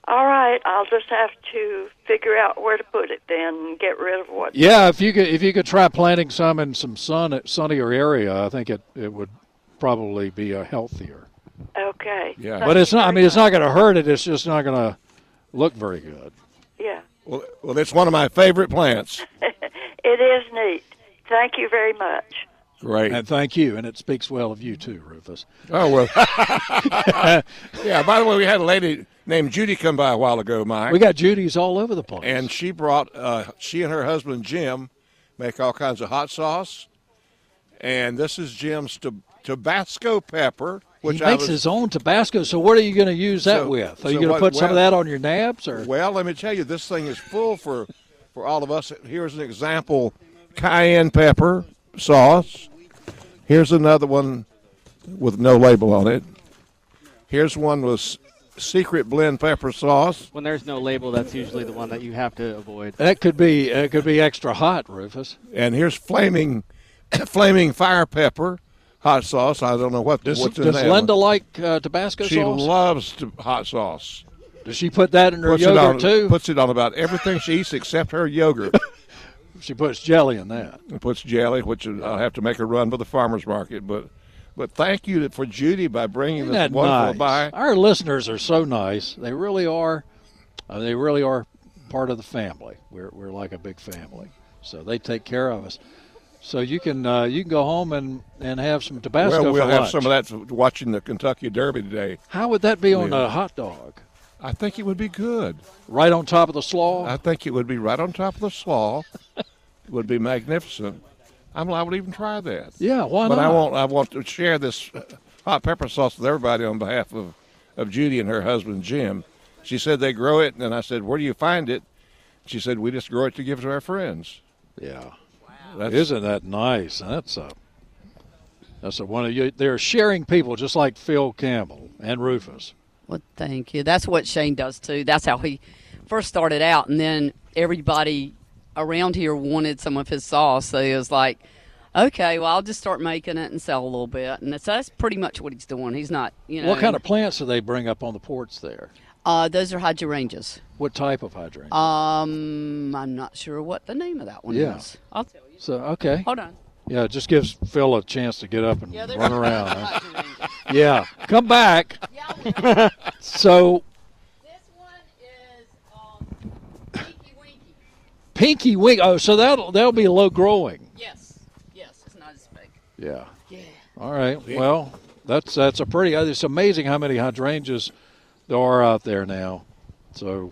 Speaker 45: All right, I'll just have to figure out where to put it then and get rid of what.
Speaker 44: yeah, if you could if you could try planting some in some sun sunnier area, I think it it would probably be a healthier.
Speaker 45: Okay.
Speaker 3: Yeah.
Speaker 44: But it's not. I mean, it's not going to hurt it. It's just not going to look very good.
Speaker 45: Yeah.
Speaker 3: Well, well, it's one of my favorite plants.
Speaker 45: It is neat. Thank you very much.
Speaker 3: Great.
Speaker 44: And thank you. And it speaks well of you too, Rufus.
Speaker 3: Oh well. yeah. By the way, we had a lady named Judy come by a while ago, Mike.
Speaker 44: We got Judy's all over the place.
Speaker 3: and she brought uh, she and her husband Jim make all kinds of hot sauce, and this is Jim's tab- Tabasco pepper, which
Speaker 44: he
Speaker 3: I
Speaker 44: makes
Speaker 3: was-
Speaker 44: his own Tabasco. So what are you going to use that
Speaker 3: So-
Speaker 44: with? Are
Speaker 3: so
Speaker 44: you going to
Speaker 3: what-
Speaker 44: put some of
Speaker 3: well-
Speaker 44: that on your nabs or?
Speaker 3: Well, let me tell you, this thing is full for for all of us. Here's an example: cayenne pepper sauce. Here's another one with no label on it. Here's one with s- secret blend pepper sauce.
Speaker 6: When there's no label, that's usually the one that you have to avoid.
Speaker 44: That could be it could be extra hot, Rufus.
Speaker 3: and here's flaming flaming fire pepper hot sauce. I don't know what
Speaker 44: Does,
Speaker 3: what's in
Speaker 44: does
Speaker 3: that.
Speaker 44: Linda like uh, Tabasco
Speaker 3: she
Speaker 44: sauce?
Speaker 3: loves to, hot sauce.
Speaker 44: Does she put that in her
Speaker 3: puts
Speaker 44: yogurt
Speaker 3: it on,
Speaker 44: too?
Speaker 3: Puts it on about everything she eats except her yogurt.
Speaker 44: she puts jelly in that.
Speaker 3: And puts jelly, which is- I'll have to make a run for the farmers market. But but thank you for Judy by bringing
Speaker 44: Isn't
Speaker 3: this
Speaker 44: that
Speaker 3: wonderful by.
Speaker 44: nice? Our listeners are so nice. They really are. uh, they really are part of the family. We're, we're like a big family. So they take care of us. So you can uh, you can go home and, and have some Tabasco.
Speaker 3: Well, we'll
Speaker 44: for
Speaker 3: have
Speaker 44: lunch.
Speaker 3: some of that for watching the Kentucky Derby today.
Speaker 44: How would that be on a hot dog?
Speaker 3: I think it would be good.
Speaker 44: Right on top of the slaw.
Speaker 3: I think it would be right on top of the slaw. it would be magnificent. I'm, I would even try that.
Speaker 44: Yeah, why
Speaker 3: but
Speaker 44: not?
Speaker 3: I want I want to share this hot pepper sauce with everybody on behalf of, of Judy and her husband Jim. She said they grow it, and I said, "Where do you find it?" She said, "We just grow it to give to our friends."
Speaker 44: Yeah. That's, Isn't that nice? That's a that's a one of you. They're sharing people just like Phil Campbell and Rufus.
Speaker 42: Well, thank you. That's what Shane does too. That's how he first started out, and then everybody around here wanted some of his sauce, so he was like, "Okay, well, I'll just start making it and sell a little bit." And that's, that's pretty much what he's doing. He's not, you know.
Speaker 44: What kind of plants do they bring up on the porch there?
Speaker 42: Uh, those are hydrangeas.
Speaker 44: What type of hydrangea?
Speaker 42: Uh, Um, I'm not sure what the name of that one
Speaker 44: Yeah.
Speaker 42: is. I'll tell you.
Speaker 44: so okay.
Speaker 42: Hold on.
Speaker 44: Yeah, it just gives Phil a chance to get up and
Speaker 42: Yeah, there's
Speaker 44: run
Speaker 42: a
Speaker 44: around.
Speaker 42: lot of
Speaker 44: huh?
Speaker 42: hydrangeas.
Speaker 44: yeah, come back. so
Speaker 42: This one is um, Pinky Winky.
Speaker 44: pinky wing. Oh, so that'll that'll be low growing.
Speaker 42: Yes, yes, it's not as big.
Speaker 44: Yeah.
Speaker 42: Yeah.
Speaker 44: All right. Well, that's that's a pretty. uh, It's amazing how many hydrangeas there are out there now. So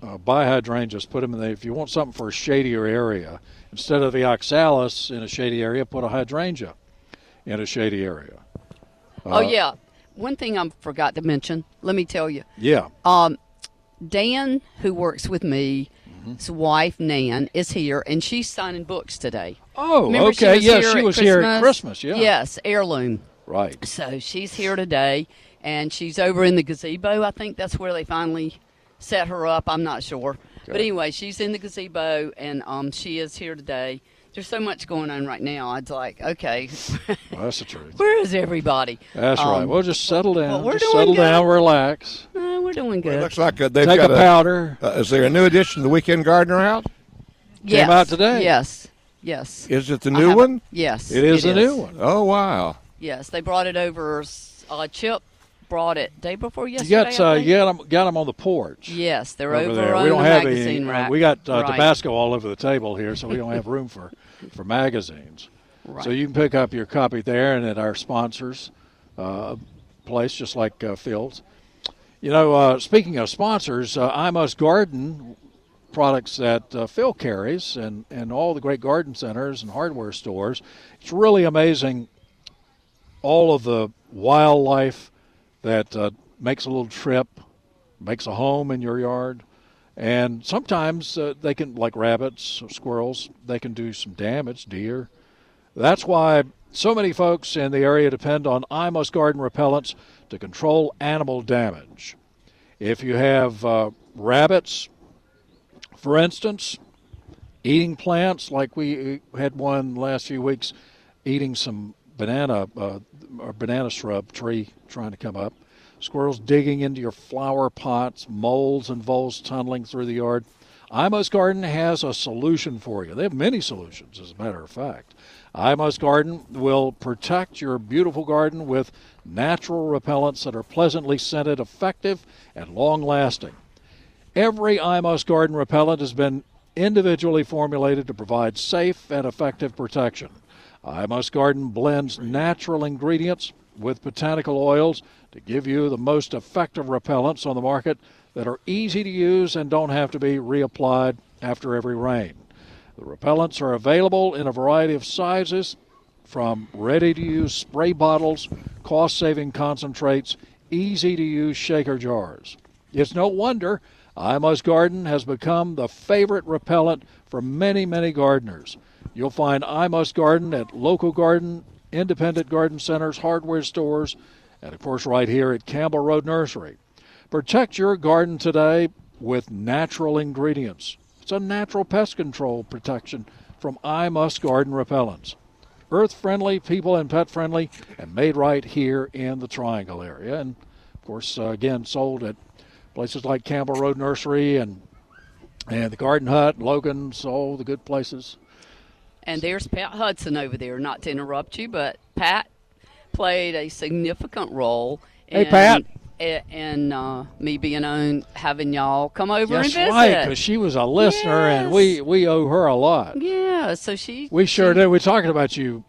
Speaker 44: uh, buy hydrangeas, put them in. The, if you want something for a shadier area, instead of the oxalis in a shady area, put a hydrangea in a shady area.
Speaker 42: oh
Speaker 44: Uh,
Speaker 42: yeah, one thing I forgot to mention. Let me tell you.
Speaker 44: Yeah.
Speaker 42: Um, Dan, who works with me,
Speaker 44: Mm-hmm.
Speaker 42: his wife Nan is here, and she's signing books today.
Speaker 44: Oh,
Speaker 42: Remember
Speaker 44: okay.
Speaker 42: She was
Speaker 44: yeah,
Speaker 42: here
Speaker 44: she
Speaker 42: at
Speaker 44: was
Speaker 42: Christmas?
Speaker 44: here at Christmas. Yeah.
Speaker 42: Yes, heirloom.
Speaker 44: Right.
Speaker 42: So she's here today, and she's over in the gazebo. I think that's where they finally set her up. I'm not sure, but
Speaker 44: Okay.
Speaker 42: anyway, she's in the gazebo, and um, she is here today. There's so much going on right now. It's like, okay,
Speaker 44: Well, that's the truth.
Speaker 42: where is everybody?
Speaker 44: That's right.
Speaker 42: Um,
Speaker 44: Well, just settle down.
Speaker 42: we're
Speaker 44: just
Speaker 42: doing
Speaker 44: settle
Speaker 42: good.
Speaker 44: down. Relax.
Speaker 42: no, we're doing
Speaker 3: It
Speaker 42: good.
Speaker 3: looks like uh, they've
Speaker 44: Take
Speaker 3: got
Speaker 44: a powder.
Speaker 3: Uh, is there a new edition of the Weekend Gardener out?
Speaker 42: yes.
Speaker 44: out today.
Speaker 42: Yes, yes.
Speaker 3: Is it the
Speaker 42: I
Speaker 3: new
Speaker 42: have-
Speaker 3: one?
Speaker 42: Yes,
Speaker 44: It is a new one.
Speaker 3: Oh wow!
Speaker 42: Yes, they brought it over. Uh, Chip brought it day before
Speaker 44: You
Speaker 42: yesterday.
Speaker 44: got uh,
Speaker 42: I
Speaker 44: you
Speaker 42: think.
Speaker 44: got them, on the porch.
Speaker 42: Yes, they're over,
Speaker 44: there.
Speaker 42: on
Speaker 44: we don't
Speaker 42: the
Speaker 44: have
Speaker 42: magazine
Speaker 44: any. uh,
Speaker 42: rack.
Speaker 44: We got uh,
Speaker 42: Right.
Speaker 44: Tabasco all over the table here, so we don't have room for for magazines. So
Speaker 42: Right.
Speaker 44: you can pick up your copy there and at our sponsors uh, place, just like uh, Fields. You know, uh, speaking of sponsors, uh, I Must Garden products that uh, Phil carries and, and all the great garden centers and hardware stores. It's really amazing all of the wildlife that uh, makes a little trip, makes a home in your yard. And sometimes uh, they can, like rabbits, squirrels, they can do some damage, deer. That's why so many folks in the area depend on IMOS garden repellents to control animal damage. If you have uh, rabbits, for instance, eating plants, like we uh, had one last few weeks, eating some banana uh, or banana shrub tree trying to come up. Squirrels digging into your flower pots, moles and voles tunneling through the yard. IMOS Garden has a solution for you. They have many solutions, as a matter of fact. IMOS Garden will protect your beautiful garden with natural repellents that are pleasantly scented, effective, and long lasting. Every IMOS garden repellent has been individually formulated to provide safe and effective protection. IMOS Garden blends natural ingredients with botanical oils to give you the most effective repellents on the market that are easy to use and don't have to be reapplied after every rain. The repellents are available in a variety of sizes from ready to use spray bottles, cost saving concentrates, easy to use shaker jars. It's no wonder IMOS Garden has become the favorite repellent for many, many gardeners. You'll find IMOS Garden at local garden, independent garden centers, hardware stores, and of course, right here at Campbell Road Nursery. Protect your garden today with natural ingredients. It's a natural pest control protection from IMUS Garden Repellents. Earth friendly, people and pet friendly, and made right here in the Triangle area. And of course, uh, again, sold at places like Campbell Road Nursery and and the Garden Hut, Logan, all the good places.
Speaker 42: And there's Pat Hudson over there. Not to interrupt you, but Pat played a significant role.
Speaker 44: Hey,
Speaker 42: in
Speaker 44: Pat.
Speaker 42: and uh, me being on having y'all come over
Speaker 44: That's
Speaker 42: and visit.
Speaker 44: right, because she was a listener,
Speaker 42: Yes.
Speaker 44: and we we owe her a lot.
Speaker 42: yeah, so she.
Speaker 44: We sure did. We're talking about you,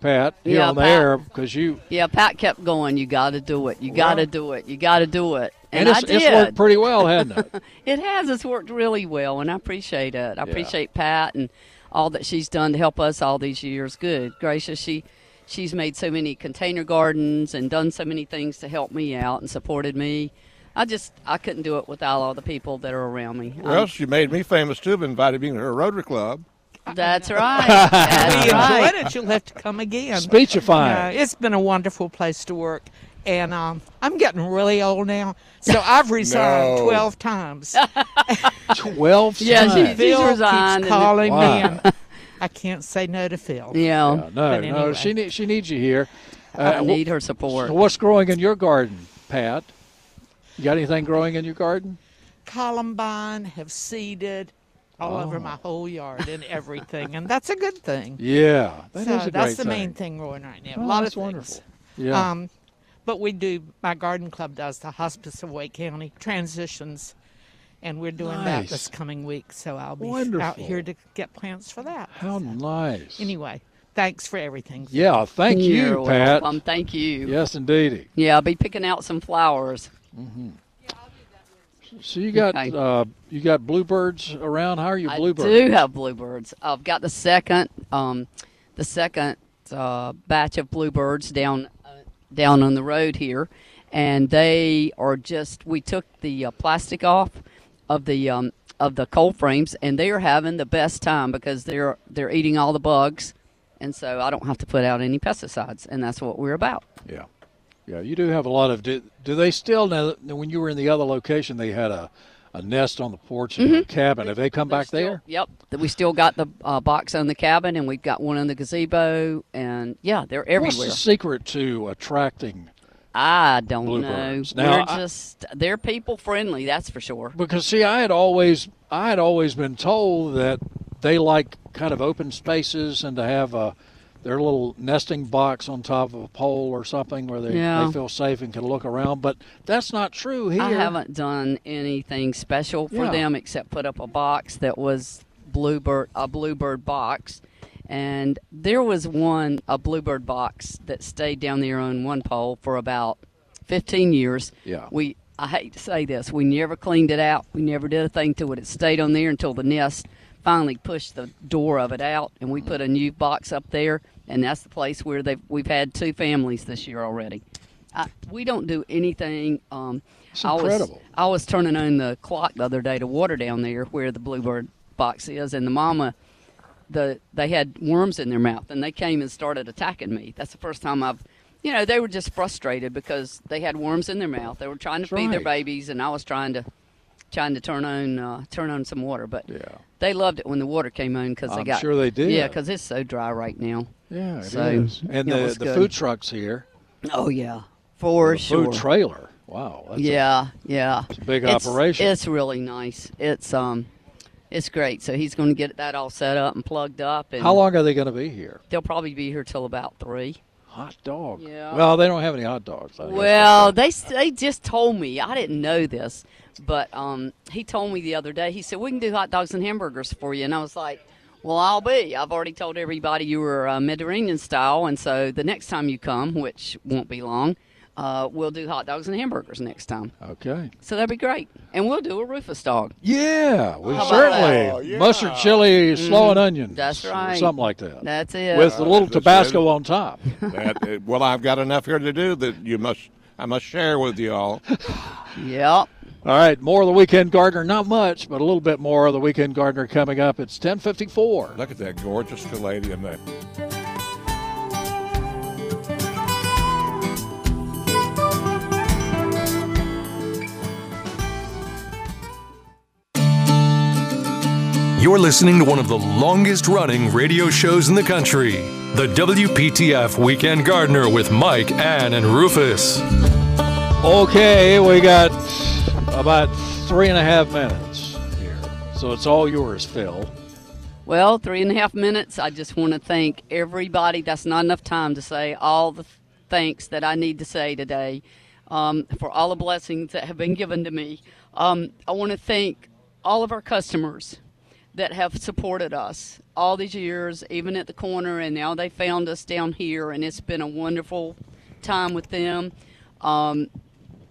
Speaker 44: Pat, here
Speaker 42: Yeah,
Speaker 44: on the
Speaker 42: Pat.
Speaker 44: air because you
Speaker 42: Yeah, Pat kept going. You got to do it. You got to do it. You got to do it.
Speaker 44: and,
Speaker 42: And,
Speaker 44: it's,
Speaker 42: I did.
Speaker 44: it's worked pretty well, hasn't it?
Speaker 42: It has. It's worked really well, and I appreciate it. I appreciate Pat and all that she's done to help us all these years. Good gracious, she she's made so many container gardens and done so many things to help me out and supported me. I just I couldn't do it without all the people that are around me.
Speaker 3: Well, she made me famous too by inviting me to her Rotary Club.
Speaker 42: Um, that's right. That's
Speaker 7: you
Speaker 42: right.
Speaker 7: enjoyed it, you'll have to come again.
Speaker 44: Speechifying.
Speaker 7: Uh, it's been a wonderful place to work. And um, I'm getting really old now, so I've resigned
Speaker 44: No.
Speaker 7: 12 times.
Speaker 44: Twelve.
Speaker 42: Yeah, she-
Speaker 44: times.
Speaker 42: she's
Speaker 7: Phil
Speaker 42: resigned
Speaker 7: keeps
Speaker 42: and-
Speaker 7: calling
Speaker 44: Wow.
Speaker 7: me, and I can't say no to Phil.
Speaker 42: Yeah.
Speaker 44: Yeah, no,
Speaker 7: But
Speaker 44: no,
Speaker 7: anyway.
Speaker 44: she need, she needs you here. Uh,
Speaker 42: I
Speaker 44: wh-
Speaker 42: need her support.
Speaker 44: so what's growing in your garden, Pat? You got anything growing in your garden?
Speaker 7: Columbine have seeded all over my
Speaker 44: Oh.
Speaker 7: whole yard and everything, and that's a good thing.
Speaker 44: Yeah, that is
Speaker 7: so that's
Speaker 44: a great
Speaker 7: the
Speaker 44: thing.
Speaker 7: main thing going right now. a
Speaker 44: Oh,
Speaker 7: lot
Speaker 44: that's
Speaker 7: of things.
Speaker 44: wonderful. Yeah.
Speaker 7: Um, but we do. My garden club does the Hospice of Wake County transitions, and we're doing
Speaker 44: Nice.
Speaker 7: that this coming week. So I'll be out
Speaker 44: Wonderful.
Speaker 7: here to get plants for that.
Speaker 44: How nice.
Speaker 7: Anyway, thanks for everything.
Speaker 44: Yeah, thank
Speaker 42: You're
Speaker 44: you, Pat.
Speaker 42: welcome. Thank you.
Speaker 44: Yes, indeedy.
Speaker 42: Yeah, I'll be picking out some flowers.
Speaker 44: So you got
Speaker 42: Okay.
Speaker 44: uh, you got bluebirds around. How are your bluebirds?
Speaker 42: I do have bluebirds. I've got the second, um, the second uh, batch of bluebirds down uh, down on the road here, and they are just. We took the uh, plastic off of the um, of the cold frames, and they are having the best time because they're they're eating all the bugs, and so I don't have to put out any pesticides, and that's what we're about.
Speaker 44: Yeah, yeah. You do have a lot of. Do, do they still now? now When you were in the other location, they had a, a nest on the porch of the cabin. Have they come back there?
Speaker 42: Yep, that we Mm-hmm. still got the uh, box on the cabin, and we've got one on the gazebo, and yeah, they're everywhere.
Speaker 44: What's the secret to attracting?
Speaker 42: I don't
Speaker 44: Bluebirds.
Speaker 42: know.
Speaker 44: Now,
Speaker 42: They're
Speaker 44: I-
Speaker 42: just they're people friendly, that's for sure.
Speaker 44: Because see, I had always I had always been told that they like kind of open spaces and to have a their little nesting box on top of a pole or something where they,
Speaker 42: Yeah.
Speaker 44: they feel safe and can look around. But that's not true here.
Speaker 42: I haven't done anything special for
Speaker 44: Yeah.
Speaker 42: them except put up a box that was bluebird a bluebird box. And there was one a bluebird box that stayed down there on one pole for about 15 years.
Speaker 44: Yeah.
Speaker 42: We I hate to say this, we never cleaned it out. We never did a thing to it. It stayed on there until the nest finally pushed the door of it out and we put a new box up there and that's the place where they have we've had two families this year already. I, we don't do anything um
Speaker 44: It's
Speaker 42: I was-
Speaker 44: incredible.
Speaker 42: I was turning on the clock the other day to water down there where the bluebird box is, and the mama, the they had worms in their mouth, and they came and started attacking me. That's the first time I've, you know, they were just frustrated because they had worms in their mouth. They were trying to
Speaker 44: That's
Speaker 42: feed their
Speaker 44: right.
Speaker 42: babies, and I was trying to, trying to turn on, uh, turn on some water. But they loved it when the water came on because they
Speaker 44: I'm
Speaker 42: got
Speaker 44: sure they did.
Speaker 42: Yeah, because it's so dry right now.
Speaker 44: Yeah, it
Speaker 42: So,
Speaker 44: is. And
Speaker 42: yeah, it
Speaker 44: the,
Speaker 42: was
Speaker 44: the
Speaker 42: good.
Speaker 44: food trucks here.
Speaker 42: Oh yeah, for
Speaker 44: the
Speaker 42: sure.
Speaker 44: Food trailer. Wow. That's a-
Speaker 42: yeah, yeah. It's
Speaker 44: a big operation.
Speaker 42: It's really nice. It's um, it's great. So he's going to get that all set up and plugged up. And
Speaker 44: how long are they going to be here?
Speaker 42: They'll probably be here till about three.
Speaker 44: Hot dog.
Speaker 42: Yeah.
Speaker 44: Well, they don't have any hot dogs. I guess.
Speaker 42: Well, they s- they just told me. I didn't know this, but um, he told me the other day. He said we can do hot dogs and hamburgers for you, and I was like, "Well, I'll be. I've already told everybody you were uh, Mediterranean style, and so the next time you come, which won't be long, uh, we'll do hot dogs and hamburgers next time.
Speaker 44: Uh, Okay.
Speaker 42: So that'd be great, and we'll do a Rufus dog.
Speaker 44: Yeah, we
Speaker 42: How about
Speaker 44: certainly
Speaker 42: that? Mm-hmm.
Speaker 44: mustard, chili, slaw, and onions.
Speaker 42: That's
Speaker 44: or
Speaker 42: right.
Speaker 44: Something like that.
Speaker 42: That's it.
Speaker 44: With a little
Speaker 3: That's it.
Speaker 44: Tabasco on top.
Speaker 3: That, uh, well, I've got enough here to do that. You must, I must share with you all.
Speaker 42: Yep.
Speaker 44: All right, more of the weekend gardener. Not much, but a little bit more of the weekend gardener coming up. It's ten fifty four.
Speaker 3: Look at that gorgeous caladium there.
Speaker 2: You're listening to one of the longest running radio shows in the country, the WPTF Weekend Gardener with Mike, Ann, and Rufus.
Speaker 44: Okay, we got about three and a half minutes here, so it's all yours, Phil.
Speaker 42: Well, three and a half minutes. I just want to thank everybody. That's not enough time to say all the thanks that I need to say today. um, for all the blessings that have been given to me. Um, I want to thank all of our customers that have supported us all these years, even at the corner, and now they found us down here, and it's been a wonderful time with them. Um,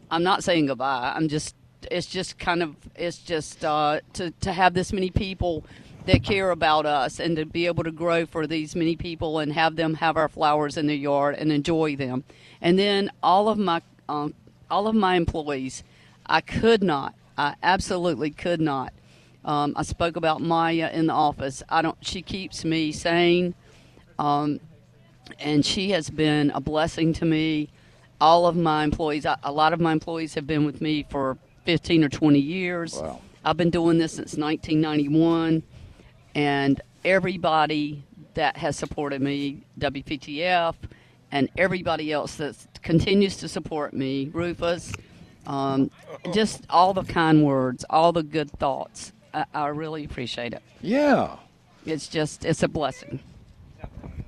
Speaker 42: I'm not saying goodbye. I'm just, it's just kind of, it's just uh, to, to have this many people that care about us and to be able to grow for these many people and have them have our flowers in their yard and enjoy them. And then all of my, um, all of my employees, I could not, I absolutely could not um, I spoke about Maya in the office. I don't. She keeps me sane, um, and she has been a blessing to me. All of my employees, I, a lot of my employees have been with me for 15 or 20 years. Wow. I've been doing this since 1991, and everybody that has supported me, WPTF, and everybody else that continues to support me, Rufus, um, just all the kind words, all the good thoughts. I, I, really appreciate it.
Speaker 44: Yeah.
Speaker 42: It's just, it's a blessing.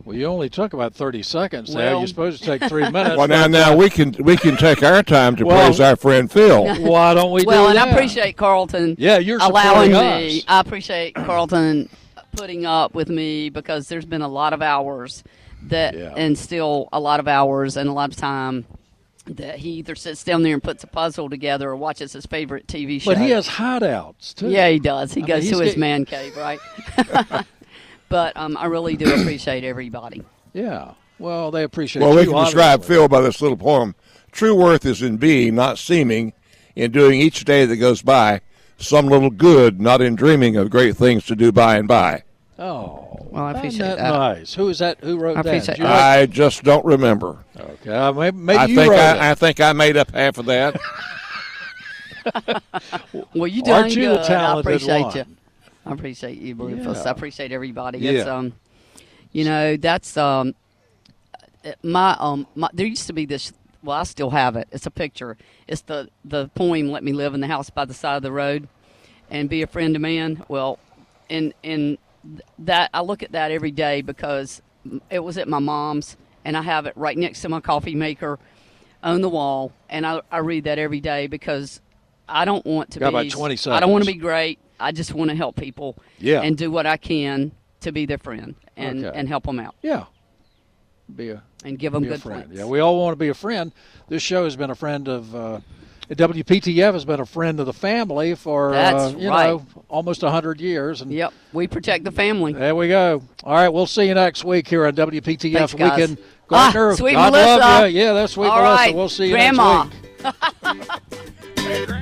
Speaker 44: Well, you only took about thirty seconds there. Well, You're supposed to take three minutes.
Speaker 3: Well, now, now we can we can take our time to well, praise our friend Phil.
Speaker 44: Why don't we?
Speaker 42: Well,
Speaker 44: do
Speaker 42: and
Speaker 44: that?
Speaker 42: I appreciate Carlton.
Speaker 44: Yeah, you're
Speaker 42: allowing
Speaker 44: us.
Speaker 42: me. I appreciate Carlton putting up with me because there's been a lot of hours that, yeah. and still a lot of hours and a lot of time that he either sits down there and puts a puzzle together or watches his favorite TV show.
Speaker 44: But he has hideouts too.
Speaker 42: Yeah, he does. He I goes mean, to his getting... man cave, right? but um, I really do appreciate everybody.
Speaker 44: Yeah. Well, they appreciate.
Speaker 3: Well,
Speaker 44: you,
Speaker 3: we can
Speaker 44: obviously.
Speaker 3: describe Phil by this little poem: "True worth is in being, not seeming, in doing each day that goes by, some little good, not in dreaming of great things to do by and by."
Speaker 44: Oh,
Speaker 42: well, I appreciate
Speaker 44: that.
Speaker 42: that.
Speaker 44: Nice. Who is that? Who wrote
Speaker 42: I
Speaker 44: that?
Speaker 42: appreciate
Speaker 44: You
Speaker 42: that.
Speaker 3: I just don't remember.
Speaker 44: Okay, uh, maybe, maybe
Speaker 3: I
Speaker 44: you
Speaker 3: think
Speaker 44: wrote
Speaker 3: I,
Speaker 44: it.
Speaker 3: I think I made up half of that.
Speaker 42: well, you done
Speaker 44: Aren't you
Speaker 42: good.
Speaker 44: the talented
Speaker 42: I appreciate
Speaker 44: one?
Speaker 42: you. I appreciate you, Rufus.
Speaker 44: Yeah.
Speaker 42: I appreciate everybody.
Speaker 44: Yeah.
Speaker 42: It's um, you know, that's um, my um, my, there used to be this. Well, I still have it. It's a picture. It's the the poem "Let Me Live in the House by the Side of the Road," and be a friend of man. Well, and and th- that I look at that every day because it was at my mom's, and I have it right next to my coffee maker on the wall, and I, I read that every day because I don't want to
Speaker 44: Got
Speaker 42: be.
Speaker 44: about 20
Speaker 42: I don't want to
Speaker 44: seconds.
Speaker 42: be great. I just want to help people.
Speaker 44: Yeah.
Speaker 42: And do what I can to be their friend and
Speaker 44: Okay.
Speaker 42: and help them out
Speaker 44: Yeah. Be a
Speaker 42: and give them
Speaker 44: be a
Speaker 42: good
Speaker 44: friend.
Speaker 42: points.
Speaker 44: Yeah, we all want to be a friend. This show has been a friend of uh, WPTF has been a friend of the family for
Speaker 42: That's
Speaker 8: uh,
Speaker 44: you
Speaker 42: right.
Speaker 8: know almost hundred years. And
Speaker 42: Yep. We protect the family.
Speaker 8: there we go. All right, we'll see you next week here on WPTF
Speaker 42: Thanks, guys.
Speaker 8: Weekend.
Speaker 42: Ah,
Speaker 8: Gardner,
Speaker 42: sweet
Speaker 8: God
Speaker 42: Melissa.
Speaker 8: love you. Yeah, that's sweet
Speaker 42: All
Speaker 8: Melissa.
Speaker 42: right,
Speaker 8: We'll see you
Speaker 42: Grandma.
Speaker 8: next week.
Speaker 3: Grandma.